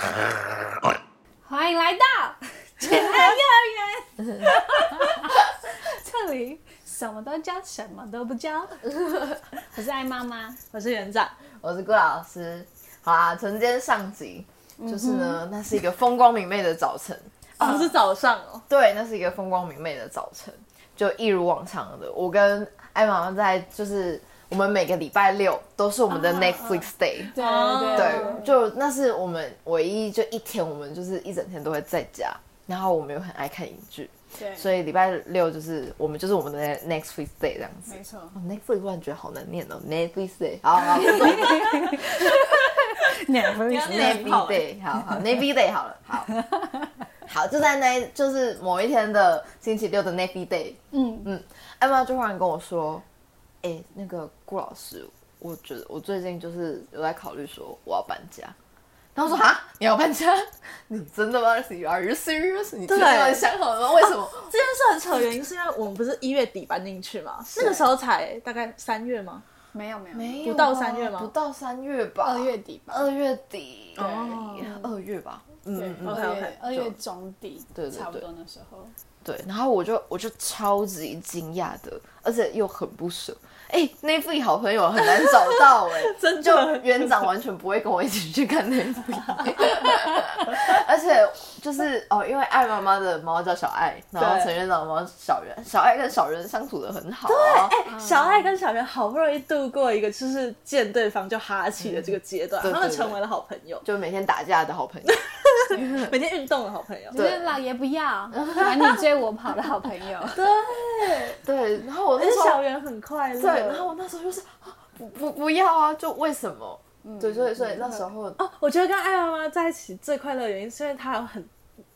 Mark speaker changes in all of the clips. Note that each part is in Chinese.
Speaker 1: 欢迎来 到全爱幼儿园， 这里什么都教，什么都不 教。我是爱妈妈，
Speaker 2: 我是园长，
Speaker 3: 我是顾老师。好啦，承接上集，
Speaker 1: 嗯
Speaker 3: 就是呢，那是一个风光明媚的早晨。
Speaker 2: 哦，是早上哦，
Speaker 3: 对，那是一个风光明媚的早晨，就一如往常的，我跟艾妈妈在就是我们每个礼拜六都是我们的 Netflix day，、
Speaker 1: 啊对
Speaker 2: 哦
Speaker 3: 对，就那是我们唯一就一天，我们就是一整天都会在家，然后我们又很爱看影剧，
Speaker 1: 对
Speaker 3: 所以礼拜六就是我们就是我们的 Netflix day 这样子。
Speaker 1: 没错
Speaker 3: 哦 Netflix 突然觉得好难念哦，Netflix day，好好，Netflix
Speaker 2: 欸
Speaker 3: day，好好，Navy day 好了，好，好，就在那，就是某一天的星期六的 Navy day，
Speaker 1: 嗯，
Speaker 3: 嗯，艾妈就忽然跟我说：“哎、那个顾老师，我觉得我最近就是有在考虑说我要搬家。”然后我说：“哈，你要搬家？ 你真的吗？Are you serious？你真的有 想好了吗？为什么？
Speaker 2: 这件事很扯，原因是因为我们不是一月底搬进去嘛，那个时候才大概三月吗？
Speaker 1: 没有没有，
Speaker 3: 没啊
Speaker 2: 不到三月吗
Speaker 3: 不到三月吧，
Speaker 1: 二月底吧，
Speaker 3: 二月底，
Speaker 2: 哦
Speaker 3: 二月吧，嗯
Speaker 1: 对，
Speaker 3: 嗯，
Speaker 1: 二
Speaker 2: OK，OK，
Speaker 1: 月二月中底，
Speaker 3: 对对对
Speaker 1: 差不多那时候。
Speaker 3: 对。然后我就我就超级惊讶的，而且又很不舍。哎、n e t f l i 好朋友很难找到哎、
Speaker 2: 真
Speaker 3: 就园长完全不会跟我一起去看那部， 而且就是哦，因为爱妈妈的猫叫小爱，然后
Speaker 2: 对
Speaker 3: 陈院长的猫是小圆，小爱跟小圆相处的很好、啊，
Speaker 2: 哎小爱跟小圆好不容易度过一个就是见对方就哈气的这个阶段，
Speaker 3: 嗯对对
Speaker 2: 他们
Speaker 3: 对
Speaker 2: 成为了好朋友，
Speaker 3: 就每天打架的好朋友。嗯
Speaker 2: 每天运动的好朋友。
Speaker 1: 就
Speaker 3: 对
Speaker 1: 是老爷不 要，管你追我跑的好朋友。
Speaker 2: 对，
Speaker 3: 啊对，然后我
Speaker 2: 而
Speaker 3: 那
Speaker 2: 且
Speaker 3: 时
Speaker 2: 小
Speaker 3: 候
Speaker 2: 圆很快乐。
Speaker 3: 对，然后我那时候就是啊不不不要啊，就为什么？
Speaker 2: 嗯
Speaker 3: 对，所以所以那时候
Speaker 2: 哦，我觉得跟艾妈妈在一起最快乐的原因，是因为她有很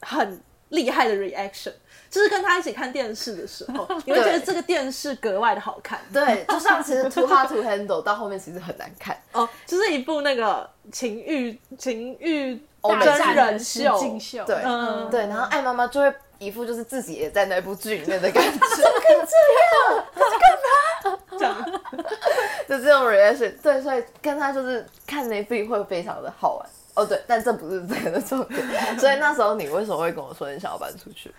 Speaker 2: 很厉害的 reaction，就是跟她一起看电视的时 候，你会觉得这个电视格外的好看。
Speaker 3: 对，就像其实 too hard to handle 到后面其实很难看，
Speaker 2: 哦，就是一部那个情欲情欲
Speaker 3: 欧美
Speaker 2: 真
Speaker 3: 战
Speaker 2: 人
Speaker 1: 实
Speaker 2: 秀，
Speaker 1: 境秀，
Speaker 3: 对
Speaker 2: 嗯，
Speaker 3: 对，然后爱妈妈就会一副就是自己也在那部剧里面的感觉，
Speaker 2: 这样
Speaker 3: 就这种 reaction，对，所以跟他就是看 Netflix 会非常的好玩。哦，对，但这不是这个的重点。所以那时候你为什么会跟我说你想要搬出去？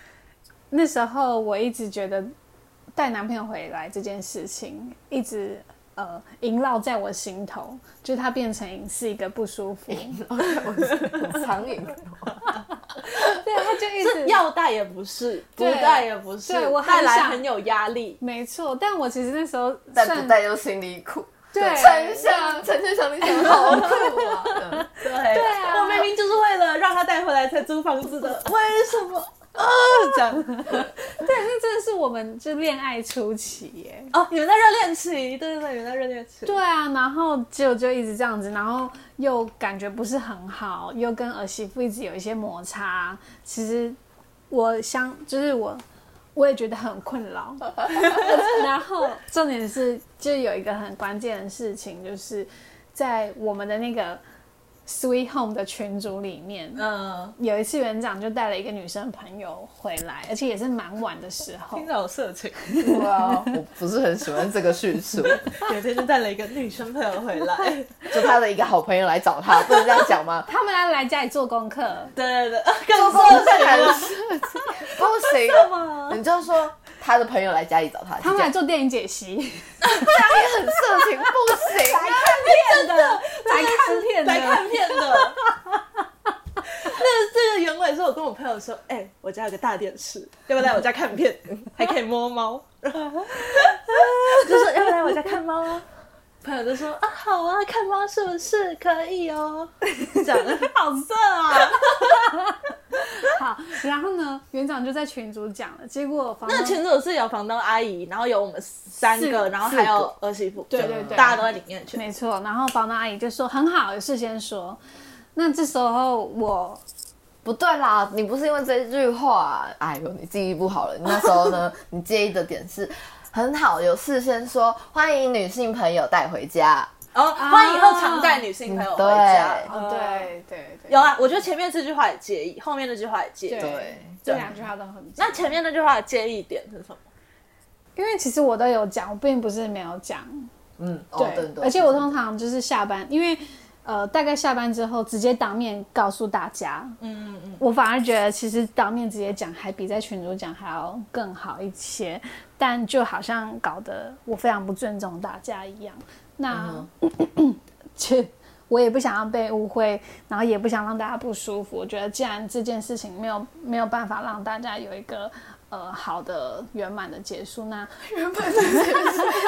Speaker 1: 那时候我一直觉得带男朋友回来这件事情，一直呃萦绕在我心头，就是它变成是一个不舒服，
Speaker 3: 苍蝇，
Speaker 1: 对，他就一
Speaker 2: 是
Speaker 1: 直。
Speaker 2: 要带也不是，不
Speaker 1: 对
Speaker 2: 带也不是，
Speaker 1: 对我很
Speaker 2: 带来
Speaker 1: 想
Speaker 2: 很有压力。
Speaker 1: 没错，但我其实那时候
Speaker 3: 但
Speaker 1: 算
Speaker 3: 不带又心里苦。
Speaker 1: 对
Speaker 3: 陈翔，陈就想你想好苦啊！嗯
Speaker 2: 对，
Speaker 1: 啊
Speaker 2: 我明明就是为了让他带回来才租房子的， 为什么？啊，这样
Speaker 1: 对，那真的是我们就恋爱初期耶。
Speaker 2: 哦，你们在热恋期，对对对，你们在热恋期，
Speaker 1: 对啊，然后结果就一直这样子，然后又感觉不是很好，又跟儿媳妇一直有一些摩擦。其实我相就是我，我也觉得很困 扰。然后重点是，就有一个很关键的事情，就是在我们的那个 Sweet Home 的群组里面，
Speaker 2: 嗯，
Speaker 1: 有一次园长就带了一个女生朋友回来，而且也是蛮晚的时候
Speaker 2: 听。着有色情。
Speaker 3: 对啊，我不是很喜欢这个叙述。
Speaker 2: 有一天就带了一个女生朋友回 来，
Speaker 3: 就他的一个好朋友来找他，不能这样讲吗？
Speaker 1: 他们要来家里做功课，
Speaker 2: 对对 啊对，更
Speaker 3: 不能
Speaker 2: 色情
Speaker 3: 这样讲
Speaker 2: 了。
Speaker 3: 不行，你就说他的朋友来家里找他，
Speaker 1: 他们
Speaker 3: 这
Speaker 1: 来
Speaker 3: 样
Speaker 1: 做电影解 析。
Speaker 3: 这样也很色情，不行啊！
Speaker 2: 骗 的，
Speaker 1: 来看片
Speaker 2: 来
Speaker 1: 的，
Speaker 2: 看片 的。那这个原委是我跟我朋友说，哎、我家有个大电视，要不要来我家看 片？还可以摸猫，就是要不要来我家看猫啊？朋友就说啊，好啊，看猫是不是可以 哦？这样
Speaker 1: 好色啊！好，然后呢，园长就在群主讲了，结果房
Speaker 2: 那个
Speaker 1: 东
Speaker 2: 群主是有房东阿姨，然后有我们三
Speaker 1: 四
Speaker 2: 个，
Speaker 1: 个
Speaker 2: 然后还
Speaker 3: 四
Speaker 2: 有
Speaker 3: 个
Speaker 2: 儿媳妇，
Speaker 1: 对对对
Speaker 2: 大家都在里面去。
Speaker 1: 没错，然后房东阿姨就说很好，有事先说。那这时候我
Speaker 3: 不对啦，你不是因为这句话，哎呦，你记忆不好了。你那时候 呢，你介意的点是，很好，有事先说，欢迎女性朋友带回家。
Speaker 2: 哦，欢迎以后常带女性朋友回家。
Speaker 1: 呃
Speaker 3: 嗯对
Speaker 2: 哦
Speaker 1: 嗯对对
Speaker 2: 有啊，我觉得前面这句话也介意，后面那句话也介意。
Speaker 3: 对
Speaker 1: 这两句话都很
Speaker 2: 那前面那句话的介意点是什么？
Speaker 1: 因为其实我都有讲，我并不是没有讲，
Speaker 3: 嗯，哦
Speaker 1: 对，
Speaker 3: 对对，
Speaker 1: 而且我通常就是下班，因为呃，大概下班之后直接当面告诉大家。
Speaker 2: 嗯嗯嗯，
Speaker 1: 我反而觉得，其实当面直接讲还比在群主讲还要更好一些，但就好像搞得我非常不尊重大家一样。那，
Speaker 2: 嗯
Speaker 1: 其实我也不想要被误会，然后也不想让大家不舒服。我觉得，既然这件事情没有没有办法让大家有一个呃好的圆满的结束，那
Speaker 3: 原本是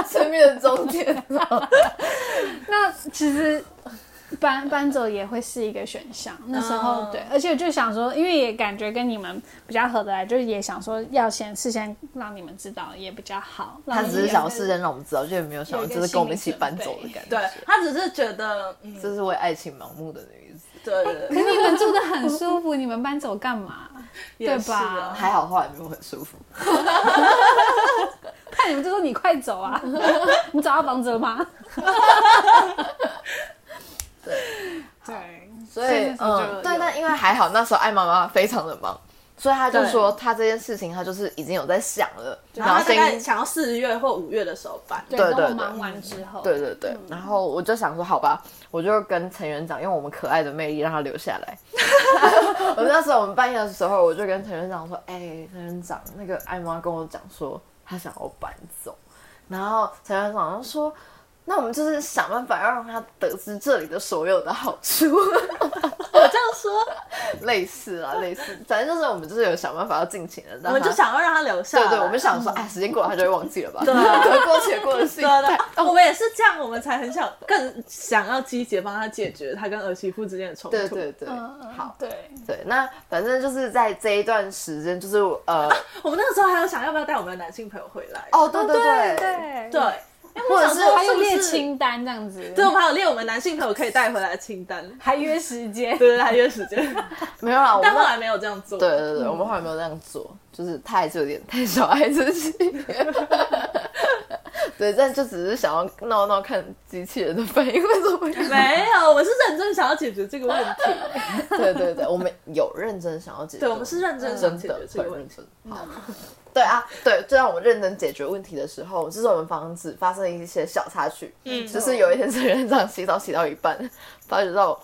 Speaker 3: 生命的终点，
Speaker 1: 那其实搬搬走也会是一个选项。那时候、
Speaker 2: 嗯
Speaker 1: 对，而且就想说，因为也感觉跟你们比较合得来，就是也想说要先事先让你们知道也比较好。
Speaker 3: 他
Speaker 1: 让你
Speaker 3: 只 是
Speaker 1: 们
Speaker 3: 想要事先让我们知道，就也没有想要就是跟我们一起搬走的感觉。
Speaker 2: 对，他只是觉得，嗯，
Speaker 3: 这是为爱情盲目的女子。
Speaker 2: 对对
Speaker 1: 可
Speaker 2: 对，
Speaker 1: 你们住的很舒服，你们搬走干嘛？
Speaker 2: 也
Speaker 1: 对吧
Speaker 2: 是啊
Speaker 3: 还好后来没有很舒服，
Speaker 1: 看你们就说你快走啊！你找到房子了吗？对
Speaker 3: 所
Speaker 1: 所以
Speaker 3: 以
Speaker 1: 那时候就有
Speaker 3: 嗯，对，但因为还好那时候艾妈妈非常的忙，所以她就
Speaker 2: 对
Speaker 3: 说她这件事情她就是已经有在想了，
Speaker 2: 然后他大概
Speaker 3: 先
Speaker 2: 想要四月或五月的时候办，
Speaker 1: 对
Speaker 3: 对
Speaker 1: 等我
Speaker 3: 对
Speaker 1: 忙完之后，
Speaker 3: 对对
Speaker 1: 嗯
Speaker 3: 对，然后我就想说好吧，我就跟陈园长用我们可爱的魅力让他留下来。 我那时候我们半夜的时候，我就跟陈园长说，哎、陈园长，那个艾妈跟我讲说她想要搬走，然后陈园长就说。那我们就是想办法要让他得知这里的所有的好处，
Speaker 2: 我这样说，
Speaker 3: 类似啊，类似，反正就是我们就是有想办法要尽情的，
Speaker 2: 我们就想要让他留下来，
Speaker 3: 对对，我们想说，哎，时间过了他就会忘记了吧？
Speaker 2: 对
Speaker 3: 得过且过的事
Speaker 2: 对啊
Speaker 3: 情。
Speaker 2: 对，
Speaker 3: 哦
Speaker 2: 我们也是这样，我们才很想更想要积极地帮他解决他跟儿媳妇之间的冲突。
Speaker 3: 对对对，
Speaker 1: 嗯，嗯
Speaker 3: 好，
Speaker 1: 对，
Speaker 3: 对，那反正就是在这一段时间，就是呃，
Speaker 2: 我们那个时候还有想要不要带我们的男性朋友回来，
Speaker 3: 哦，对对
Speaker 1: 对
Speaker 3: 对，
Speaker 2: 对，
Speaker 1: 对，
Speaker 2: 因为我想
Speaker 3: 或者
Speaker 2: 说
Speaker 3: 是
Speaker 1: 还
Speaker 2: 是
Speaker 1: 有
Speaker 2: 不
Speaker 1: 列
Speaker 2: 是？
Speaker 1: 清单这样子，
Speaker 2: 对，我们还有列我们男性朋友可以带回来的清单，
Speaker 1: 还约时间，
Speaker 2: 对对，对还约时间，
Speaker 3: 没有啦，我
Speaker 2: 但后
Speaker 3: 们
Speaker 2: 来没有这样做。
Speaker 3: 对对对，我们后来没有这样做，就是他还是有点太小爱自己。 对，但就只是想要闹闹看机器人的反应会怎么样。
Speaker 2: 没有，我是认真想要解决这个问题。
Speaker 3: 对对对，我们有认真想要解决问题，
Speaker 2: 对我们是认真想解
Speaker 3: 真的
Speaker 2: 决这个
Speaker 3: 很
Speaker 2: 问
Speaker 3: 认
Speaker 2: 题嗯
Speaker 3: 真。好，对啊，对，就让我们认真解决问题的时候，就是我们房子发生一些小插曲，
Speaker 2: 嗯
Speaker 3: 就是有一天陈院长洗澡洗到一半，发觉到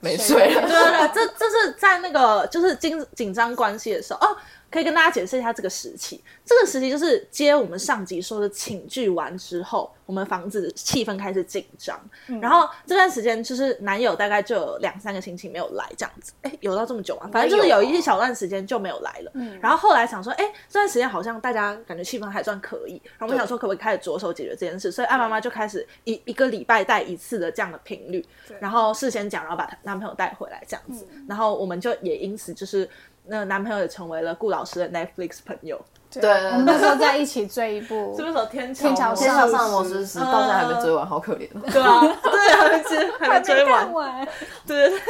Speaker 3: 没水
Speaker 2: 对啊
Speaker 3: 了，
Speaker 2: 对对，这这是在那个就是紧紧张关系的时候哦，可以跟大家解释一下这个时期。这个时期就是接我们上集说的请剧完之后，我们房子气氛开始紧张，然后这段时间就是男友大概就有两三个星期没有来这样子，哎，有到这么久啊？反正就是有一小段时间就没有来了。然后后来想说，哎，这段时间好像大家感觉气氛还算可以，然后我们想说可不可以开始着手解决这件事，所以艾妈妈就开始一一个礼拜带一次的这样的频率，然后事先讲，然后把她男朋友带回来这样子，然后我们就也因此就是。那男朋友也成为了顾老师的 Netflix 朋友，
Speaker 1: 对
Speaker 3: 对
Speaker 1: 我们那时候在一起追一部
Speaker 2: 是不是有天桥
Speaker 1: 天桥
Speaker 3: 天
Speaker 1: 上
Speaker 3: 上上魔术
Speaker 2: 嗯
Speaker 3: 师到现在还没追完，好可怜。
Speaker 2: 对啊，对，还没追，还没追完
Speaker 1: 看，完。
Speaker 2: 对对对。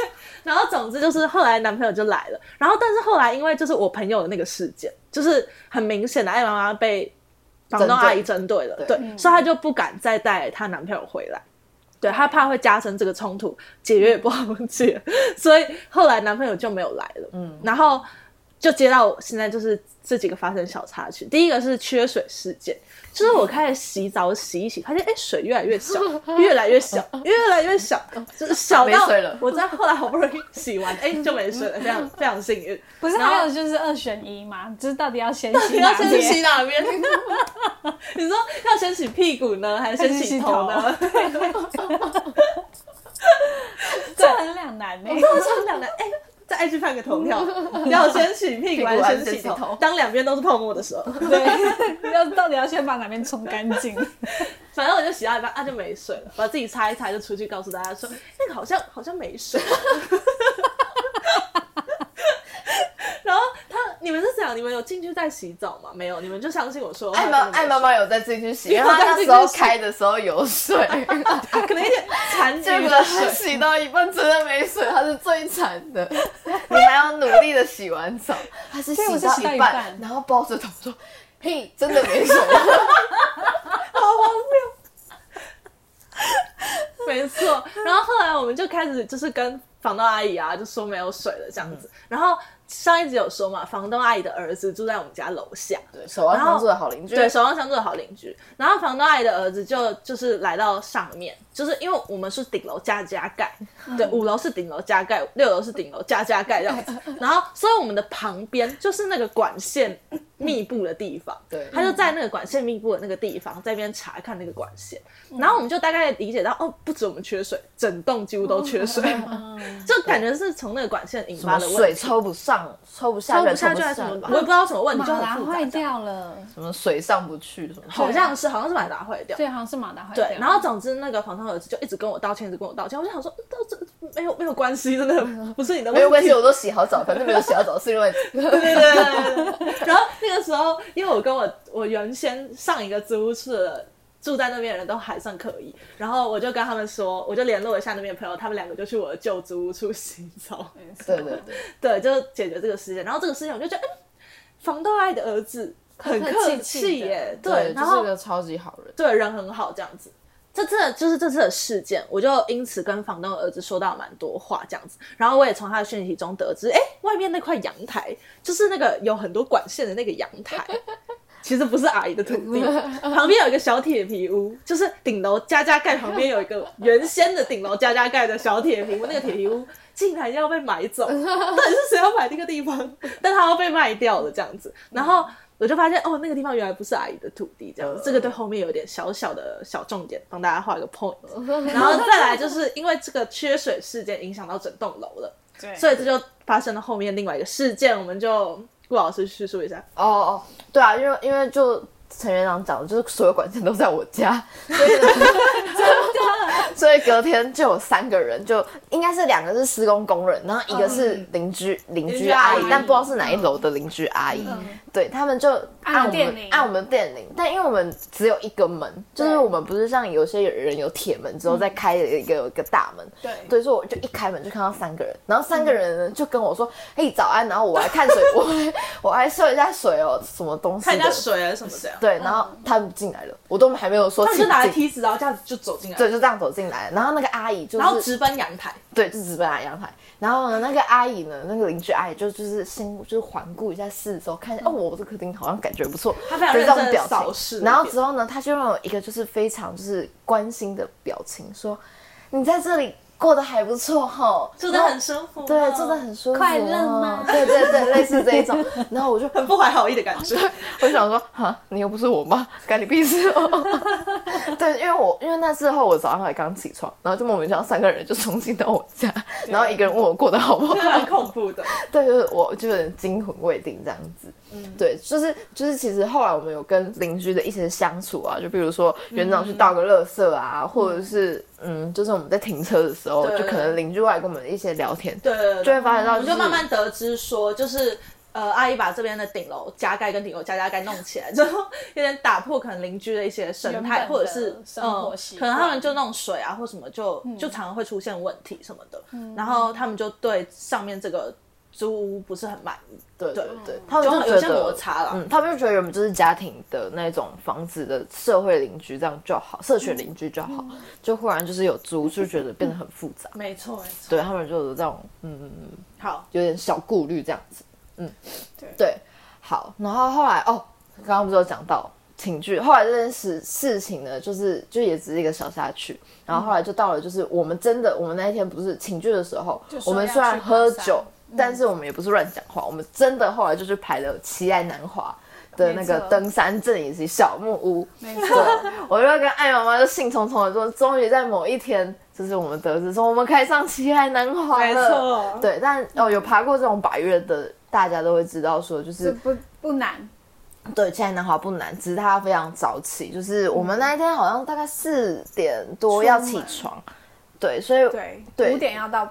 Speaker 2: 然后总之就是后来男朋友就来了，然后但是后来因为就是我朋友的那个事件，就是很明显的艾妈妈被房东阿姨针对了，
Speaker 3: 针
Speaker 2: 对
Speaker 3: 对，
Speaker 2: 所以她就不敢再带她男朋友回来。对她怕会加深这个冲突，解约也不好解，所以后来男朋友就没有来了。嗯，然后就接到我现在就是这几个发生小插曲。第一个是缺水事件，就是我开始洗澡洗一洗，发现哎、诶水越来越 小，越来越小，越来越 小，就是小到
Speaker 3: 没水了
Speaker 2: 我在后来好不容易洗完，哎、就没水了，非常非常幸运。
Speaker 1: 不是
Speaker 2: 然后
Speaker 1: 还有就是二选一嘛，就是到底要先洗
Speaker 2: 你要
Speaker 1: 哪
Speaker 2: 先洗
Speaker 1: 边？
Speaker 2: 哪边？ 你说要先洗屁股呢，还是先洗头
Speaker 1: 还
Speaker 2: 呢？
Speaker 1: 这很两难欸呢、
Speaker 2: 我想两个哎。在 IG 看个头 条，要先洗屁股还是先洗
Speaker 3: 屁股还是先洗
Speaker 2: 头
Speaker 3: 头？
Speaker 2: 当两边都是泡沫的时候，
Speaker 1: 对，要到底要先把哪边冲干 净？
Speaker 2: 反正我就洗到一半，啊就没水了，把自己擦一擦，就出去告诉大家 说，那个好像好像没水。 然后他，你们是怎样？你们有进去在洗澡吗？没有，你们就相信我说，
Speaker 3: 艾
Speaker 2: 啊
Speaker 3: 妈
Speaker 2: 真的没
Speaker 3: 艾妈妈有在进去洗，
Speaker 2: 有
Speaker 3: 然后
Speaker 2: 在
Speaker 3: 那
Speaker 2: 进去
Speaker 3: 时候
Speaker 2: 洗
Speaker 3: 开的时候有水，
Speaker 2: 水可能一点残
Speaker 3: 结
Speaker 2: 余
Speaker 3: 果
Speaker 2: 的
Speaker 3: 她
Speaker 2: 水。
Speaker 3: 洗到一半真的没水，她是最惨的。 你还要努力的洗完澡，她是洗
Speaker 1: 对我是洗到
Speaker 3: 到
Speaker 1: 一
Speaker 3: 一
Speaker 1: 半
Speaker 3: 半，然后抱着头说：“嘿，真 的没水。”
Speaker 2: 好荒谬。没错。然后后来我们就开始就是跟房东阿姨啊，就说没有水了这样子。
Speaker 3: 嗯
Speaker 2: 然后上一集有说嘛，房东阿姨的儿子住在我们家楼下，
Speaker 3: 对，守望
Speaker 2: 然后
Speaker 3: 相助的好邻居，
Speaker 2: 对，守望相助的好邻居。然后房东阿姨的儿子就就是来到上面，就是因为我们是顶楼加加盖，对，五楼是顶楼加盖，六楼是顶楼加加盖这样子。然后，所以我们的旁边就是那个管线密布的地方，
Speaker 3: 对
Speaker 2: 他就在那个管线密布的那个地方，在那边查看那个管线。然后我们就大概理解到，哦，不止我们缺水，整栋几乎都缺水，就感觉是从那个管线引
Speaker 3: 什么
Speaker 2: 发的问
Speaker 3: 水
Speaker 2: 题。
Speaker 3: 抽不上，抽不下，
Speaker 2: 不
Speaker 3: 人
Speaker 2: 下去
Speaker 3: 不
Speaker 2: 还是什么吧，
Speaker 3: 吧
Speaker 2: 我也不知道什么问题，就
Speaker 1: 马达
Speaker 2: 很复杂
Speaker 1: 坏
Speaker 2: 这样。
Speaker 1: 掉了，
Speaker 3: 什么水上不去，什么
Speaker 2: 好像是，好像是把它打坏掉。
Speaker 1: 对，好像是马达坏掉。
Speaker 2: 对，然后总之那个房东儿子就一直跟我道歉，一直跟我道歉。我就想说，嗯到这没有没有关系，真 的不是你的问
Speaker 3: 没
Speaker 2: 题。
Speaker 3: 有关系，我都洗好澡，反正没有洗好澡是 因为
Speaker 2: 对对对对对。然后那个时候，因为我跟我我原先上一个租屋处的住在那边的人都还算可以，然后我就跟他们说，我就联络一下那边的朋友，他们两个就去我的旧租屋处洗澡，
Speaker 3: 对对对，
Speaker 2: 对，就解决这个事情。然后这个事情我就觉得，嗯，房东爱的儿子很
Speaker 1: 客
Speaker 2: 客
Speaker 1: 气气
Speaker 2: 气
Speaker 1: 的
Speaker 2: 耶，
Speaker 3: 对，
Speaker 2: 然
Speaker 3: 就
Speaker 2: 后
Speaker 3: 是个超级好人，
Speaker 2: 对人很好这样子。这次的就是这次的事件，我就因此跟房东的儿子说到蛮多话这样子，然后我也从他的讯息中得知，哎，外面那块阳台就是那个有很多管线的那个阳台，其实不是阿姨的土地，旁边有一个小铁皮屋，就是顶楼加加盖旁边有一个原先的顶楼加加盖的小铁皮屋，那个铁皮屋竟然要被买走，到底是谁要买那个地方？ 但它要被卖掉了这样子，然后我就发现哦，那个地方原来不是阿姨的土地，这样子，这个对后面有点小小的小重点，帮大家画一个 point。然 后再来就是因为这个缺水事件影响到整栋楼了，
Speaker 1: 对，
Speaker 2: 所以这就发生了后面另外一个事件，我们就顾老师叙述一下。
Speaker 3: 哦哦，对啊，因为因为就陈院长讲的，就是所有管线都在我家，所以呢，所以隔天就有三个人，就应该是两个是施工工人，然后一个是邻居邻
Speaker 2: 嗯邻
Speaker 3: 居
Speaker 2: 居阿
Speaker 3: 阿
Speaker 2: 姨嗯
Speaker 3: 姨，但不知道是哪一楼的邻居阿姨，对他们就
Speaker 1: 按
Speaker 3: 按我
Speaker 1: 电
Speaker 3: 们
Speaker 1: 铃
Speaker 3: 按我们电铃，但因为我们只有一个门，就是
Speaker 1: 对
Speaker 3: 我们不是像有些人有铁门
Speaker 2: 嗯
Speaker 3: 之后再开一个有一个大门，
Speaker 1: 对
Speaker 3: 对，所以我就一开门就看到三个人，然后三
Speaker 2: 嗯
Speaker 3: 个人呢就跟我说：“嘿，早安。”然后我来看水，我还我还收一下水哦，什么东西？
Speaker 2: 看一下。水啊什么这样。
Speaker 3: 对，然后他们进来了，我都还没有说
Speaker 2: 他们
Speaker 3: 请
Speaker 2: 就拿着
Speaker 3: 进，
Speaker 2: 梯子，然后这样子就走进来，
Speaker 3: 对，就这样走进来。然后那个阿姨就是，
Speaker 2: 然后直奔阳台。
Speaker 3: 对，就直奔来阳台。然后呢，那个阿姨呢，那个邻居阿姨就就是先就是环顾一下四周，看一下、哦，我这客厅好像感觉不错，
Speaker 2: 她非常
Speaker 3: 就是这
Speaker 2: 认真
Speaker 3: 种
Speaker 2: 地
Speaker 3: 表
Speaker 2: 扫视
Speaker 3: 情。然后之后呢，她就让我一个就是非常就是关心的表情，说：“你在这里过得还不错吼，
Speaker 2: 住得
Speaker 3: 然后
Speaker 2: 很舒服
Speaker 3: 对
Speaker 2: 哦，
Speaker 3: 住得很舒服哦，
Speaker 1: 快乐吗
Speaker 3: 对对对，类似这一 种。然后我就
Speaker 2: 很不怀好意的感 觉，
Speaker 3: 我想说，哈，你又不是我妈，干你屁事 哦。对，因为我因为那之后我早上还刚起床，然后就莫名其妙三个人就冲进到我家，然后一个人问我过得好不好
Speaker 2: 真， 的蛮恐怖的。
Speaker 3: 对，就是我就有点惊魂未定这样子。
Speaker 2: 嗯
Speaker 3: 对，就是就是，其实后来我们有跟邻居的一些相处啊，就比如说园长去倒个垃圾啊，或者是嗯，就是我们在停车的时候，
Speaker 2: 对
Speaker 3: 就可能邻居过来跟我们一些聊天，
Speaker 2: 对对对，
Speaker 3: 就会发现
Speaker 2: 我
Speaker 3: 到
Speaker 2: 们
Speaker 3: 是
Speaker 2: 就慢慢得知说，就是呃，阿姨把这边的顶楼加盖跟顶楼加加盖弄起来，之后有点打破可能邻居的一些生态，
Speaker 1: 原本的
Speaker 2: 或者是
Speaker 1: 生活习
Speaker 2: 嗯，
Speaker 1: 惯
Speaker 2: 可能他们就那种水啊或什么就、就常常会出现问题什么的，然后他们就对上面这个租屋不是很满意，
Speaker 3: 对对
Speaker 2: 对
Speaker 3: 对，他们就
Speaker 2: 哦就
Speaker 3: 觉
Speaker 2: 有
Speaker 3: 得
Speaker 2: 些摩擦啦
Speaker 3: 嗯，他们就觉得原本就是家庭的那种房子的社会邻居这样就好，社
Speaker 2: 嗯
Speaker 3: 群邻居就好，就忽然就是有租，就觉得变得很复杂。
Speaker 2: 没错没错。
Speaker 3: 对他们就有这种嗯，
Speaker 2: 好，
Speaker 3: 有点小顾虑这样子。嗯
Speaker 1: 对，
Speaker 3: 对，好。然后后来哦，刚刚不是有讲到情绪，后来这件事事情呢，就是就也只是一个小插曲。然后后来就到了，就是我们真的，我们那一天不是情绪的时候，
Speaker 1: 说
Speaker 3: 我们
Speaker 1: 要
Speaker 3: 虽然
Speaker 1: 去爬
Speaker 3: 喝
Speaker 1: 山
Speaker 3: 酒，但是我们也不是乱讲话，我们真的后来就去排了奇爱南华的那
Speaker 1: 没
Speaker 3: 个
Speaker 1: 错
Speaker 3: 登山证以及小木屋。
Speaker 1: 没
Speaker 3: 对
Speaker 1: 错，，
Speaker 3: 我就跟艾妈妈就兴冲冲的说，终于在某一天，就是我们得知说我们可以上奇海南华了。
Speaker 2: 没错
Speaker 3: 对，但哦，有爬过这种百越的，大家都会知道说，就是
Speaker 1: 这 不不难，
Speaker 3: 对，现在南华不难，只是它非常早起，就是我们那一天好像大概四点多要起
Speaker 1: 出门
Speaker 3: 床，对，所以
Speaker 1: 对，
Speaker 3: 对
Speaker 1: 五点要到嗯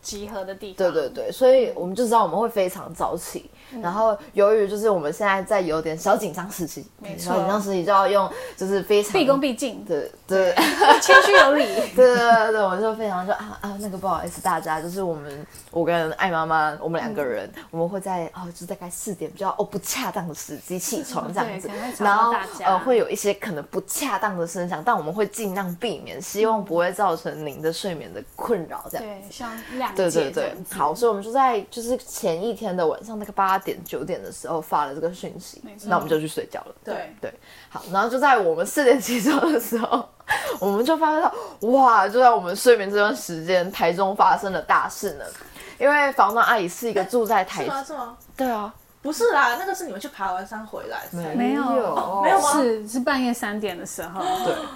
Speaker 1: 集合的地方。
Speaker 3: 对对对，所以我们就知道我们会非常早起。
Speaker 1: 嗯
Speaker 3: 然后由于就是我们现在在有点小紧张时期，
Speaker 1: 没错
Speaker 3: 小紧张时期就要用就是非常
Speaker 1: 毕恭毕敬，
Speaker 3: 对对
Speaker 1: 谦虚有 礼。
Speaker 3: 对对对，我们就非常说啊啊那个不好意思大家，就是我们我跟艾妈妈我们两个人，
Speaker 1: 嗯
Speaker 3: 我们会在哦就是大概四点比较哦不恰当的时机起床这样子
Speaker 1: 对可能会，吵到
Speaker 3: 然后
Speaker 1: 大家
Speaker 3: 呃会有一些可能不恰当的声响，但我们会尽量避免，希望
Speaker 1: 嗯
Speaker 3: 不会造成您的睡眠的困扰这样。
Speaker 1: 对，像谅
Speaker 3: 对
Speaker 1: 解
Speaker 3: 对
Speaker 1: 这
Speaker 3: 对
Speaker 1: 样，子。
Speaker 3: 好，所以我们就在就是前一天的晚上，大概八点九点的时候发了这个讯息
Speaker 1: 没，错
Speaker 3: 那我们就去睡觉了。
Speaker 1: 对
Speaker 3: 对，好，然后就在我们四点起床的时候，我们就发现到，哇，就在我们睡眠这段时间，台中发生了大事呢。因为房东阿姨是一个住在台
Speaker 2: 是，吗？是吗？
Speaker 3: 对啊，
Speaker 2: 不是啦，那个是你们去爬完山回来才。
Speaker 1: 没有
Speaker 2: 没有吗
Speaker 1: 是是半夜三点的时候，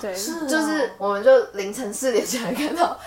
Speaker 3: 对，
Speaker 1: 对，
Speaker 2: 是哦
Speaker 3: 就是我们就凌晨四点起来看到。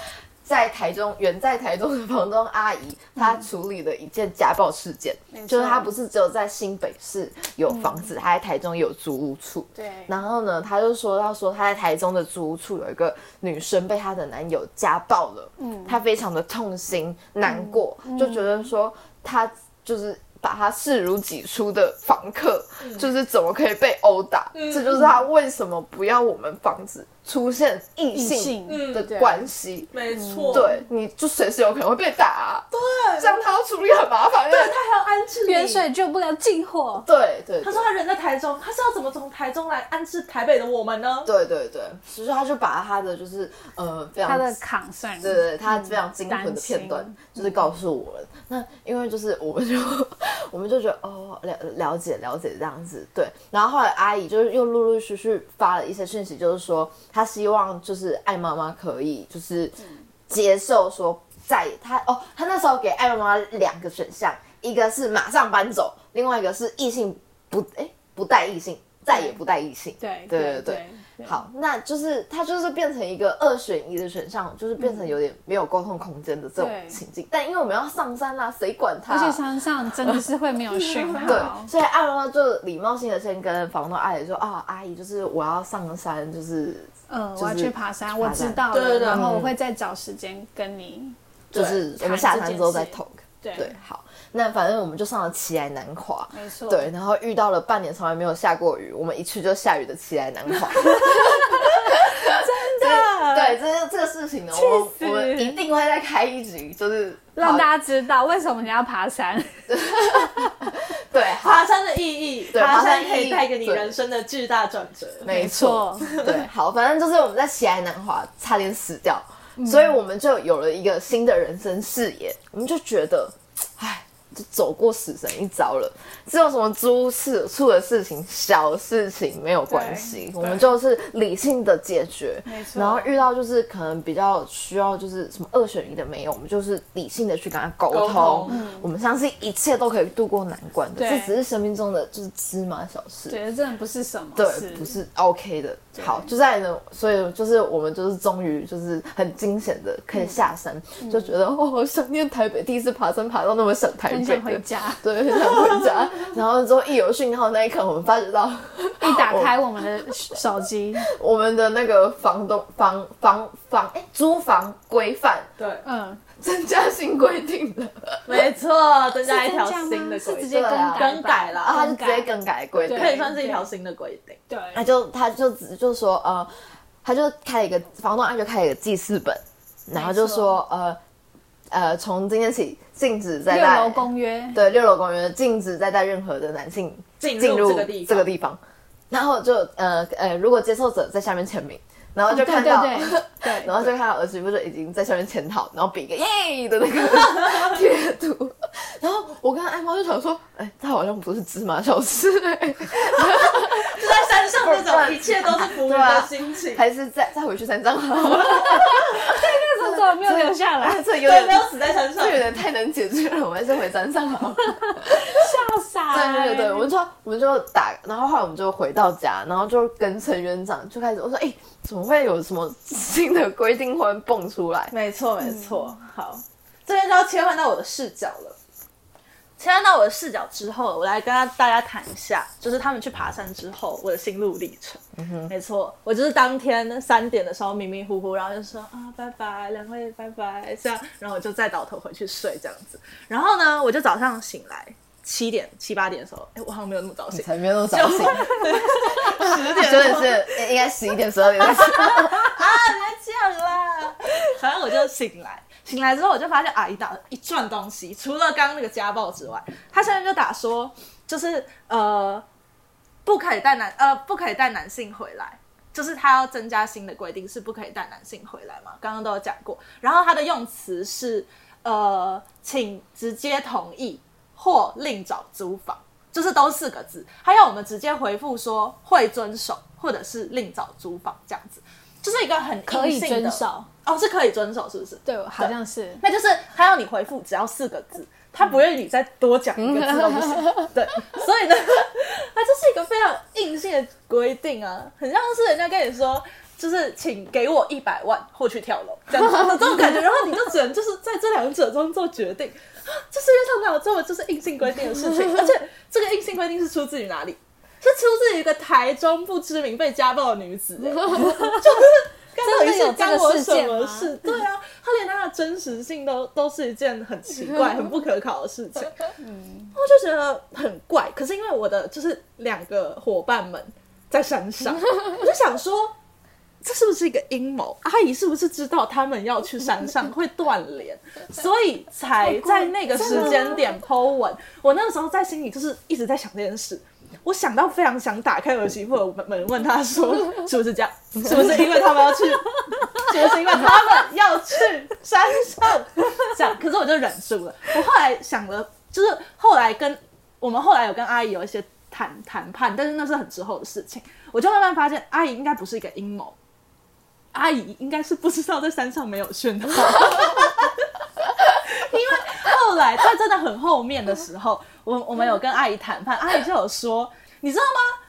Speaker 3: 在台中，远在台中的房东阿姨，她处理了一件家暴事件，
Speaker 1: 错
Speaker 3: 就是她不是只有在新北市有房子，她在台中也有租屋处。
Speaker 1: 对
Speaker 3: 然后呢，她就说到说她在台中的租屋处有一个女生被她的男友家暴了，嗯，她非常的痛心难过，就觉得说她就是。把她视如己出的房客，就是怎么可以被殴打？这就是她为什么不要我们房子出现异
Speaker 1: 异
Speaker 3: 性
Speaker 1: 性嗯
Speaker 3: 的
Speaker 1: 对
Speaker 3: 关系。
Speaker 2: 没错，
Speaker 3: 对，你就随时有可能会被打、啊，
Speaker 2: 对
Speaker 3: 这样他要处理很麻烦。因为
Speaker 2: 他还要安置你
Speaker 1: 远水救不了近火。
Speaker 3: 对对
Speaker 2: 他
Speaker 3: 对
Speaker 2: 说他人在台中，他是要怎么从台中来安置台北的我们呢？
Speaker 3: 对对对，所以说他就把他的就是呃非常
Speaker 1: 他的扛算
Speaker 3: 对对，他非常精
Speaker 1: 嗯担
Speaker 3: 魂的片
Speaker 1: 心
Speaker 3: 段，就是告诉我们。那因为就是我们就 我们就觉得哦了了解了解这样子，对。然后后来阿姨就是又陆陆续续发了一些讯息，就是说她希望就是艾妈妈可以就是接受说在她哦，她那时候给艾妈妈两个选项，一个是马上搬走，另外一个是异性不哎不带异性，再也不带异性。
Speaker 1: 对
Speaker 3: 对对
Speaker 1: 对
Speaker 3: 对。好，那就是它就是变成一个二选一的选项，就是变成有点没有沟通空间的这种
Speaker 1: 嗯对
Speaker 3: 情境。但因为我们要上山啦、谁管他、
Speaker 1: 而且山上真的是会没有讯号
Speaker 3: 对，，所以艾妈妈就礼貌性的先跟房东阿姨说啊，阿姨，就是我要上山，就是
Speaker 1: 嗯，
Speaker 3: 就是
Speaker 1: 我要去爬山，
Speaker 3: 爬
Speaker 1: 我
Speaker 3: 山
Speaker 1: 知道
Speaker 2: 对对
Speaker 1: 了，
Speaker 2: 对
Speaker 1: 然后我会再找时间跟你。
Speaker 3: 就是我
Speaker 1: 谈
Speaker 3: 们下
Speaker 1: 这
Speaker 3: 山
Speaker 1: 件
Speaker 3: 之后再
Speaker 1: 事
Speaker 3: talk。
Speaker 1: 对
Speaker 3: 对，好，那反正我们就上了奇来南跨，
Speaker 1: 没错
Speaker 3: 对，然后遇到了半年从来没有下过雨，我们一去就下雨的奇来南 跨。对，这个这个事情呢，我们
Speaker 1: 气死
Speaker 3: 我们一定会再开一集，就是
Speaker 1: 让
Speaker 3: 好
Speaker 1: 大家知道为什么你要爬山，
Speaker 3: 对好。
Speaker 2: 爬山的意义，
Speaker 3: 对
Speaker 2: 爬
Speaker 3: 爬山
Speaker 2: 山
Speaker 3: 的
Speaker 2: 可
Speaker 3: 意义
Speaker 2: 以带给你
Speaker 3: 对
Speaker 2: 人生的巨大转折。
Speaker 3: 没错，
Speaker 1: 没
Speaker 3: 对，好，反正就是我们在喜爱南华差点死掉，所以我们就有了一个新的人生视野，我们就觉得，唉，就走过死神一遭了，这有什么诸事处的事情，小事情没有关系，我们就是理性的解决
Speaker 1: 没，错
Speaker 3: 然后遇到就是可能比较需要就是什么二选一的没有，我们就是理性的去跟他沟
Speaker 2: 沟
Speaker 3: 通
Speaker 2: 通嗯，
Speaker 3: 我们相信一切都可以度过难关的，
Speaker 1: 对
Speaker 3: 这只是生命中的就是芝麻小事，
Speaker 1: 觉得真的不是什么
Speaker 3: 对，
Speaker 1: 事，
Speaker 3: 呃不是 OK 的。好，就在呢，所以就是我们就是终于就是很惊险的可
Speaker 1: 嗯
Speaker 3: 以下山，就觉得哦，好想念台北，第一次爬山爬到那么想台北，
Speaker 1: 很想回，家。
Speaker 3: 对，很想回家。然后之后一有讯号那一刻，我们发觉到
Speaker 1: 一打开我们的手机，
Speaker 3: 我们的那个房东房房房哎租房规范
Speaker 2: 对，
Speaker 1: 嗯，
Speaker 3: 增加新规定了，
Speaker 2: 没错，增加一条
Speaker 1: 是这样吗
Speaker 2: 新的
Speaker 1: 呃是直
Speaker 2: 规
Speaker 1: 接
Speaker 2: 定，
Speaker 3: 对
Speaker 1: 更
Speaker 3: 啊
Speaker 1: 改
Speaker 2: 更改
Speaker 1: 了，
Speaker 2: 了
Speaker 3: 然后
Speaker 2: 啊，
Speaker 3: 他就直接更改规定
Speaker 1: 对。
Speaker 2: 可以算是一条新的规定。
Speaker 1: 对，
Speaker 3: 他就他就只就说呃，他就开了一个房东，他就开了一个记事本，然后就说呃呃，从今天起禁止 再
Speaker 1: 六
Speaker 3: 带
Speaker 1: 楼公约，
Speaker 3: 对六楼公园禁止再带任何的男性
Speaker 2: 进入这
Speaker 3: 入
Speaker 2: 个地方
Speaker 3: 这个地方，然后就呃呃，如果接受者在下面签名，然后就
Speaker 1: 哦对对
Speaker 3: 看到。
Speaker 1: 对对，
Speaker 3: 然后就看到儿媳妇就已经在下面签好，然后比一个耶的那个贴图，然后我跟爱猫就想说，哎，他好像不是芝麻小事、
Speaker 2: 就在山上那
Speaker 3: 不然
Speaker 2: 种一切都是浮云
Speaker 3: 对啊
Speaker 2: 的心情，
Speaker 3: 还是再再回去山上好了。
Speaker 1: 那时候怎么没有留下 来？
Speaker 3: 啊这有
Speaker 2: 对，
Speaker 3: 点
Speaker 2: 没有死在山上
Speaker 3: 这有。点太能解决了，我还是回山上 好了。
Speaker 1: 吓傻欸，
Speaker 3: 对对
Speaker 2: 哎
Speaker 3: 对，我们就我们就打，然后后来我们就回到家，然后就跟陈园长就开始我说，哎、怎么会有什么新的规定会蹦出来？嗯
Speaker 2: 没错，没错。好，这边就要切换到我的视角了。切换到我的视角之后，我来跟大家谈一下，就是他们去爬山之后我的心路历程。没错，我就是当天三点的时候迷迷糊糊，然后就说啊拜拜，两位拜拜这样，然后我就再倒头回去睡这样子。然后呢，我就早上醒来七点七八点的时候，哎，我好像没有那么早
Speaker 3: 你
Speaker 2: 醒，
Speaker 3: 才没有那么 早醒，
Speaker 2: 十点
Speaker 3: 真的 是应该十一点、十二点才醒。
Speaker 2: 这样啦。反正我就醒来，醒来之后我就发现阿姨打了一串东西，除了刚刚那个家暴之外，她现在就打说，就是呃，不可以带男呃，不可以带男性回来。就是她要增加新的规定，是不可以带男性回来嘛？刚刚都有讲过。然后她的用词是，呃，请直接同意或另找租房，就是都四个字。还有我们直接回复说会遵守，或者是另找租房这样子，就是一个很硬
Speaker 1: 可以
Speaker 2: 性的
Speaker 1: 遵守，
Speaker 2: 哦，是可以遵守，是不是？
Speaker 1: 对，好像是。
Speaker 2: 那就是他要你回复只要四个字，他不愿意你再多讲一个字都不行。对，所以呢， 它就是一个非常硬性的规定啊，很像是人家跟你说。就是请给我一百万或去跳楼这样子这种感觉，然后你就只能就是在这两者中做决定。这世界上哪有这么就是硬性规定的事情？而且这个硬性规定是出自于哪里？是出自于一个台中不知名被家暴的女 子、欸就是
Speaker 1: 真的有
Speaker 2: 干
Speaker 1: 这个
Speaker 2: 我
Speaker 1: 事
Speaker 2: 什
Speaker 1: 件
Speaker 2: 么
Speaker 1: 吗
Speaker 2: 事？对啊，她连她的真实性都都是一件很奇怪、很不可考的事 情。嗯我就觉得很怪。可是因为我的就是两个伙伴们在 山上，我就想说，这是不是一个阴谋？阿姨是不是知道他们要去山上会断联，所以才在那个时间点 Po 文？我那个时候在心里就是一直在想这件事。我想到非常想打开儿媳妇的门，问她说是不是这样？是不是因为他们要去？是不是因为他们要去山上？这样，可是我就忍住了。我后来想了，就是后来跟我们后来有跟阿姨有一些谈谈判，但是那是很之后的事情。我就慢慢发现，阿姨应该不是一个阴谋，阿姨应该是不知道在山上没有讯号，因为后来在真的很后面的时候，我我们有跟阿姨谈判，阿姨就有说，你知道吗？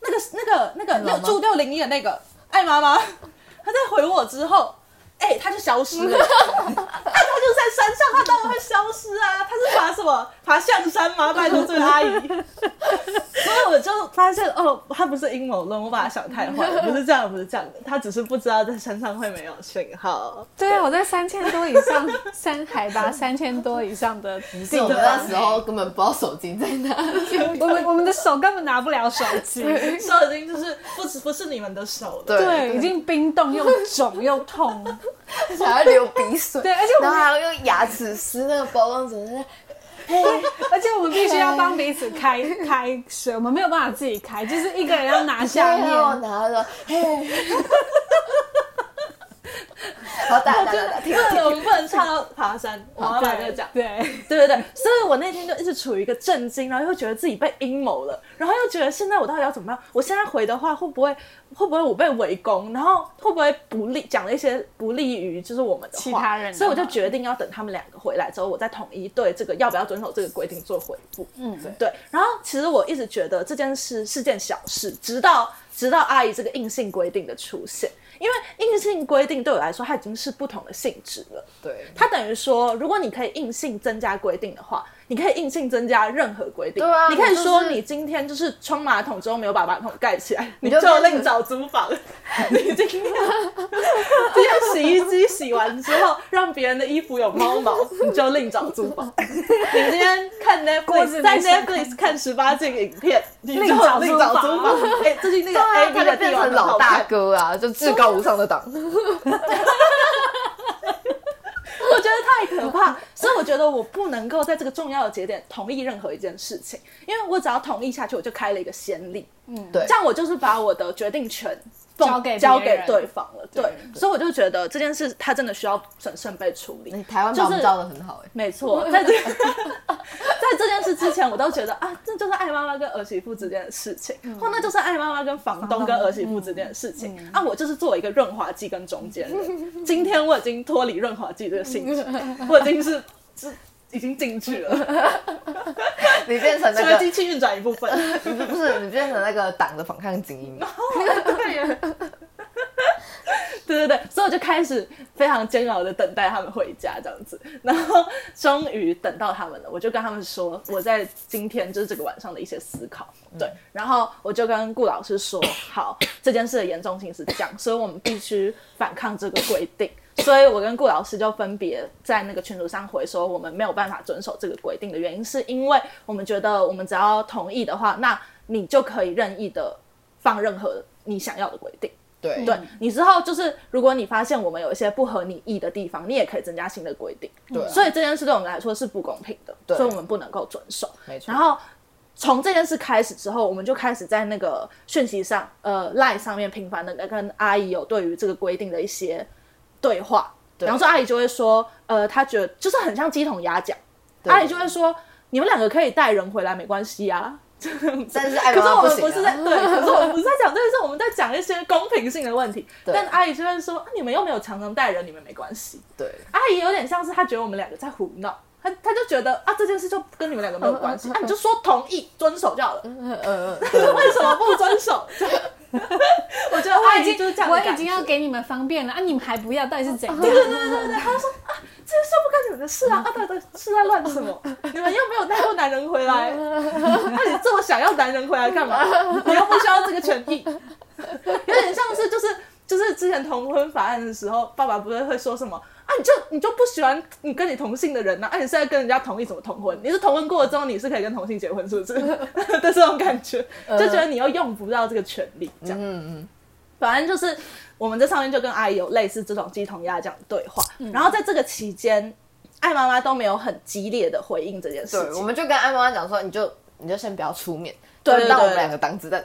Speaker 2: 那个那个那个
Speaker 3: 老
Speaker 2: 那
Speaker 3: 妈
Speaker 2: 个住六零一的那个艾妈妈，她在回我之后，哎、她就消失了。但他就在山上，他当然会消失啊！他是爬什么？爬象山吗？拜托这个阿姨。所以我就发现，哦，他不是阴谋论，我把他想太坏了，不是这样，不是这样的，他只是不知道在山上会没有信号。
Speaker 1: 对啊，我在三千多以上， 山海拔三千多以上的地
Speaker 3: 是我们
Speaker 1: 方
Speaker 3: 那时候根本不知道手机在哪里。
Speaker 1: 我们我们的手根本拿不了手机，
Speaker 2: 手已经就是不是不是你们的手了，
Speaker 3: 对
Speaker 1: 对，已经冰冻又肿又痛，
Speaker 3: 想要流鼻水，
Speaker 1: 对而且我
Speaker 3: 然后还要用牙齿撕那个包装纸，真的是
Speaker 1: 而且我们必须要帮彼此开开水，我们没有办法自己开，就是一个人要拿下
Speaker 3: 然后
Speaker 2: 啊
Speaker 1: 面。
Speaker 3: 拿着， 嘿，好打打打打，停
Speaker 2: 对，
Speaker 3: 停，
Speaker 2: 我们不能唱到爬山，我要把这个讲。
Speaker 1: 对，
Speaker 2: 对对对，所以我那天就一直处于一个震惊，然后又觉得自己被阴谋了，然后又觉得现在我到底要怎么办？我现在回的话会不会会不会我被围攻？然后会不会不利讲了一些不利于就是我们的话
Speaker 1: 其他人的话
Speaker 2: 所以我就决定要等他们两个回来之后，我再统一对这个要不要遵守这个规定做回复。嗯，对。然后其实我一直觉得这件事是件小事，直到直到阿姨这个硬性规定的出现。因为硬性规定对我来说，它已经是不同的性质了。
Speaker 3: 对。
Speaker 2: 它等于说，如果你可以硬性增加规定的话，你可以硬性增加任何规定。
Speaker 3: 对啊
Speaker 2: 你可以说
Speaker 3: 就是
Speaker 2: 你今天就是冲马桶之后没有把马桶盖起来， 你
Speaker 3: 就
Speaker 2: 就
Speaker 3: 变成
Speaker 2: 另找租房。你今天今天洗衣机洗完之后，让别人的衣服有猫毛，你就另找租房。你今天看
Speaker 1: 过日
Speaker 2: Netflix，
Speaker 1: 子
Speaker 2: 在
Speaker 1: 没事
Speaker 2: Netflix 看十八禁影片，你就
Speaker 1: 另找
Speaker 2: 另
Speaker 1: 租
Speaker 2: 找
Speaker 1: 房
Speaker 2: 租房。哎、最近那个 A
Speaker 3: 他
Speaker 2: B
Speaker 3: 就
Speaker 2: 的
Speaker 3: 变
Speaker 2: 地
Speaker 3: 成
Speaker 2: 方
Speaker 3: 老大哥啊，就至高无上的党。
Speaker 2: 我觉得太可怕，所以我觉得我不能够在这个重要的节点同意任何一件事情，因为我只要同意下去，我就开了一个先例，
Speaker 3: 对
Speaker 2: 这，样我就是把我的决定权放
Speaker 1: 嗯交给别人
Speaker 2: 交给对方了。对
Speaker 1: 对，
Speaker 2: 所以我就觉得这件事它真的需要审慎被处理。
Speaker 3: 你台湾把我们照的很好哎，
Speaker 2: 没错，在这 在这件事之前，我都觉得啊，这就是爱妈妈跟儿媳妇之间的事情，或那就是爱妈妈跟房东跟儿媳妇之间的事情。啊，我就是作为一个润滑剂跟中间人。 今天我已经脱离润滑剂这个性 质，我已经是是已经进去了，
Speaker 3: 你变成那
Speaker 2: 成为
Speaker 3: 个
Speaker 2: 机器运转一部分。
Speaker 3: 不是你变成那个党的反抗精英，
Speaker 2: 对耶。 对对对，所以我就开始非常煎熬的等待他们回家这样子，然后终于等到他们了，我就跟他们说我在今天就是这个晚上的一些思考，对，然后我就跟顾老师说，好，这件事的严重性是这样，所以我们必须反抗这个规定。所以我跟顾老师就分别在那个群组上回说，我们没有办法遵守这个规定的原因，是因为我们觉得我们只要同意的话，那你就可以任意的放任何你想要的规定。
Speaker 3: 对
Speaker 2: 对你之后就是，如果你发现我们有一些不合你意的地方，你也可以增加新的规定。
Speaker 3: 对啊
Speaker 2: 所以这件事对我们来说是不公平的，
Speaker 3: 对
Speaker 2: 所以我们不能够遵守。
Speaker 3: 没错。
Speaker 2: 然后从这件事开始之后，我们就开始在那个讯息上，呃，line 上面频繁的跟阿姨有对于这个规定的一些对话。比方说，阿姨就会说，呃，她觉得就是很像鸡同鸭讲，
Speaker 3: 对
Speaker 2: 阿姨就会说，你们两个可以带人回来，没关系啊。这样子
Speaker 3: 但是艾
Speaker 2: 可
Speaker 3: 玛
Speaker 2: 是
Speaker 3: 妈
Speaker 2: 我们
Speaker 3: 行
Speaker 2: 不
Speaker 3: 啊
Speaker 2: 是在对，可是我们不是在讲这件事，我们在讲一些公平性的问题。
Speaker 3: 对
Speaker 2: 但阿姨就会说，啊你们又没有常常带人，你们没关系。
Speaker 3: 对
Speaker 2: 阿姨有点像是她觉得我们两个在胡闹，她她就觉得啊这件事就跟你们两个没有关系，啊你就说同意遵守就好了，
Speaker 3: 嗯
Speaker 2: 呃
Speaker 3: 嗯嗯，
Speaker 2: 为什么不遵守？这样我觉得阿
Speaker 1: 已
Speaker 2: 姨
Speaker 1: 经
Speaker 2: 哎就是这样的
Speaker 1: 我
Speaker 2: 感觉，
Speaker 1: 已经要给你们方便了啊，你们还不要，到底是怎样？
Speaker 2: 对对对对，他就说啊，这件事不干你们的事啊，啊，对对，是在乱什么？你们又没有带过男人回来，那、你这么想要男人回来干嘛？你又不需要这个权益，有点像是就是就是之前同婚法案的时候，爸爸不是会说什么？啊，你就你就不喜欢你跟你同性的人呐、啊？你是在跟人家同意什么同婚？你是同婚过了之后，你是可以跟同性结婚，是不是？ 的这种感觉，
Speaker 3: 嗯
Speaker 2: 就觉得你又用不到这个权利，这样。反正就是我们在上面就跟阿姨有类似这种鸡同鸭讲的对话，
Speaker 3: 嗯
Speaker 2: 然后在这个期间，艾妈妈都没有很激烈的回应这件事
Speaker 3: 对，我
Speaker 2: 情。
Speaker 3: 们就跟艾妈妈讲说，你就你就先不要出面，
Speaker 2: 对
Speaker 3: 就让
Speaker 2: 对
Speaker 3: 我们
Speaker 2: 对
Speaker 3: 两个当子弹。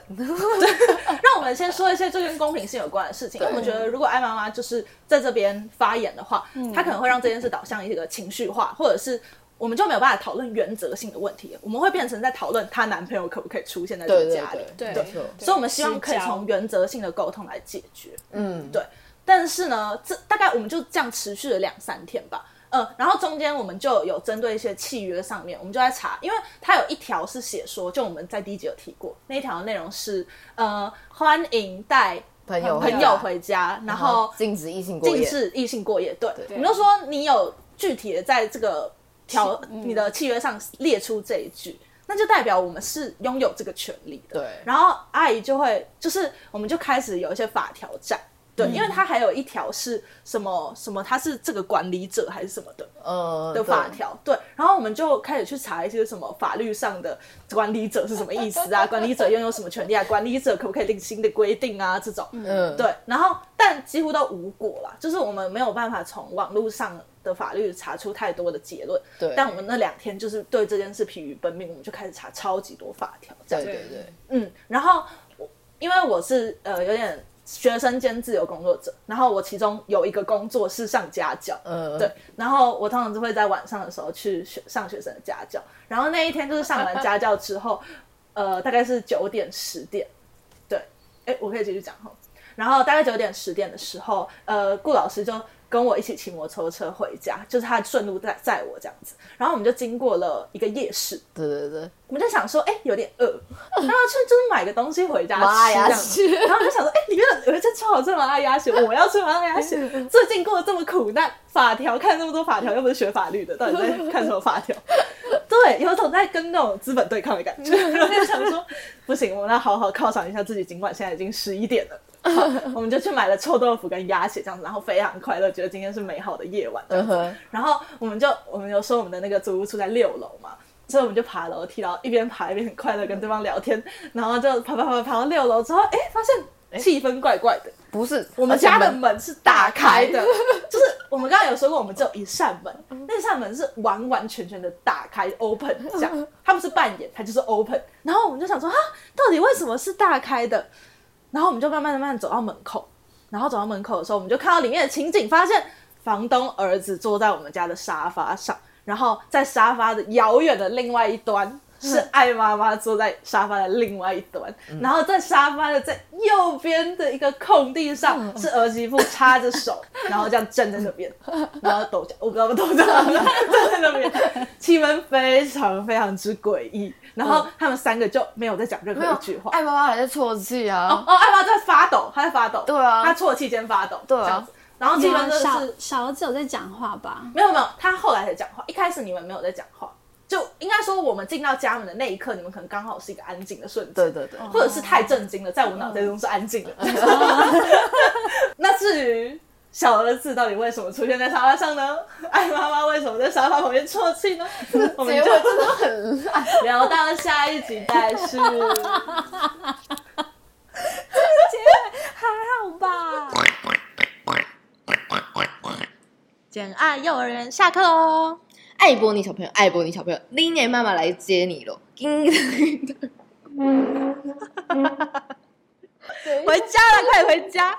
Speaker 2: 让我们先说一些这跟公平性有关的事情。因为我们觉得，如果艾妈妈就是在这边发言的话，
Speaker 3: 嗯
Speaker 2: 她可能会让这件事导向一个情绪化，或者是。我们就没有办法讨论原则性的问题，我们会变成在讨论她男朋友可不可以出现在这
Speaker 3: 对
Speaker 2: 个
Speaker 3: 对
Speaker 2: 家里。
Speaker 1: 对
Speaker 3: 没错，
Speaker 2: 所以我们希望可以
Speaker 1: 失焦
Speaker 2: 从原则性的沟通来解决。
Speaker 3: 嗯，
Speaker 2: 对。但是呢，这大概我们就这样持续了两三天吧。呃，然后中间我们就有针对一些契约上面，我们就在查，因为它有一条是写说，就我们在第一集有提过，那一条的内容是呃，欢迎带
Speaker 3: 朋友
Speaker 2: 朋友回家，然后
Speaker 3: 禁止异性过
Speaker 2: 禁
Speaker 3: 夜，
Speaker 2: 止异性过夜。对，
Speaker 3: 对
Speaker 2: 我们就说你有具体的在这个条、
Speaker 3: 嗯
Speaker 2: 你的契约上列出这一句，那就代表我们是拥有这个权利的。
Speaker 3: 对
Speaker 2: 然后阿姨就会就是我们就开始有一些法条战。对，
Speaker 3: 嗯
Speaker 2: 因为它还有一条是什么什么，它是这个管理者还是什么的，
Speaker 3: 呃
Speaker 2: 的法，条，对，然后我们就开始去查一些什么法律上的管理者是什么意思 啊，管理者拥有什么权利啊，管理者可不可以定新的规定啊，这种，
Speaker 3: 嗯
Speaker 2: 对，然后但几乎都无果啦，就是我们没有办法从网络上的法律查出太多的结论，
Speaker 3: 对
Speaker 2: 但我们那两天就是对这件事疲于奔命，我们就开始查超级多法条，这
Speaker 3: 对
Speaker 2: 样，
Speaker 3: 对对
Speaker 2: 嗯，然后我因为我是呃有点学生兼自由工作者，然后我其中有一个工作是上家教，
Speaker 3: 嗯
Speaker 2: 对，然后我通常就会在晚上的时候去学上学生的家教，然后那一天就是上完家教之后，呃，大概是九点十点，对，哎，我可以继续讲哈。然后大概九点十点的时候，呃，顾老师就跟我一起骑摩托车回家，就是他顺路载载我这样子，然后我们就经过了一个夜市，
Speaker 3: 对对对，
Speaker 2: 我们就想说，哎、有点饿，然后去就是买个东西回家
Speaker 3: 妈
Speaker 2: 吃
Speaker 3: 呀
Speaker 2: 这样，然后我就想说，哎、里面有有一件超好吃的麻辣鸭血，我要吃麻辣鸭血。最近过得这么苦难，法条看这么多法条，又不是学法律的，到底在看什么法条？对，有种在跟那种资本对抗的感觉。然后就想说，不行，我们要好好犒赏一下自己，尽管现在已经十一点了。我们就去买了臭豆腐跟鸭血这样子，然后非常快乐，觉得今天是美好的夜晚。
Speaker 3: 嗯哼，
Speaker 2: 然后我们就我们有说我们的那个租屋处在六楼嘛，所以我们就爬楼梯，然后一边爬一边很快乐跟对方聊天，然后就爬爬爬爬到六楼之后，哎，发现气氛怪怪的。
Speaker 3: 不是
Speaker 2: 我们
Speaker 3: 而且
Speaker 2: 家的门是打开的，嗯就是我们刚刚有说过，我们只有一扇门，那扇门是完完全全的打开 open 这样，它不是半掩，它就是 open。然后我们就想说啊，到底为什么是大开的？然后我们就慢慢的、慢慢地走到门口，然后走到门口的时候，我们就看到里面的情景，发现房东儿子坐在我们家的沙发上，然后在沙发的遥远的另外一端
Speaker 3: 嗯
Speaker 2: 是爱妈妈坐在沙发的另外一端，然后在沙发的在右边的一个空地
Speaker 3: 嗯
Speaker 2: 上是儿媳妇插着 手，然后这样站在那边，然后抖脚，我不知道抖脚，站 在那边，气氛非常非常之诡异。然后他们三个就没有再讲任
Speaker 3: 嗯没
Speaker 2: 何
Speaker 3: 有
Speaker 2: 一句话。
Speaker 3: 艾妈妈还在啜泣啊。
Speaker 2: 哦，艾玛在发抖，她在发抖，
Speaker 3: 对啊
Speaker 2: 她啜泣间发抖，
Speaker 3: 对啊
Speaker 2: 这样子。然后基本就
Speaker 1: 小
Speaker 2: 是
Speaker 1: 小儿子有在讲话吧？
Speaker 2: 没有没有，她后来才讲话，一开始你们没有在讲话，就应该说我们进到家门的那一刻，你们可能刚好是一个安静的瞬间，
Speaker 3: 对嗯对对，
Speaker 2: 或者是太震惊了，在我脑袋中是安静的。 那至于小儿子到底为什么出现在沙发上呢？ 艾妈妈为什么在沙发旁边啜泣 呢？我们
Speaker 3: 结
Speaker 2: 就
Speaker 3: 果真的很烂，
Speaker 2: 聊到下一集再说。
Speaker 1: 还好吧。
Speaker 2: 简爱幼儿园下课喽。
Speaker 3: 爱波尼小朋友，爱波尼小朋友，林年妈妈来接你喽。叮
Speaker 2: 回家了，快回家！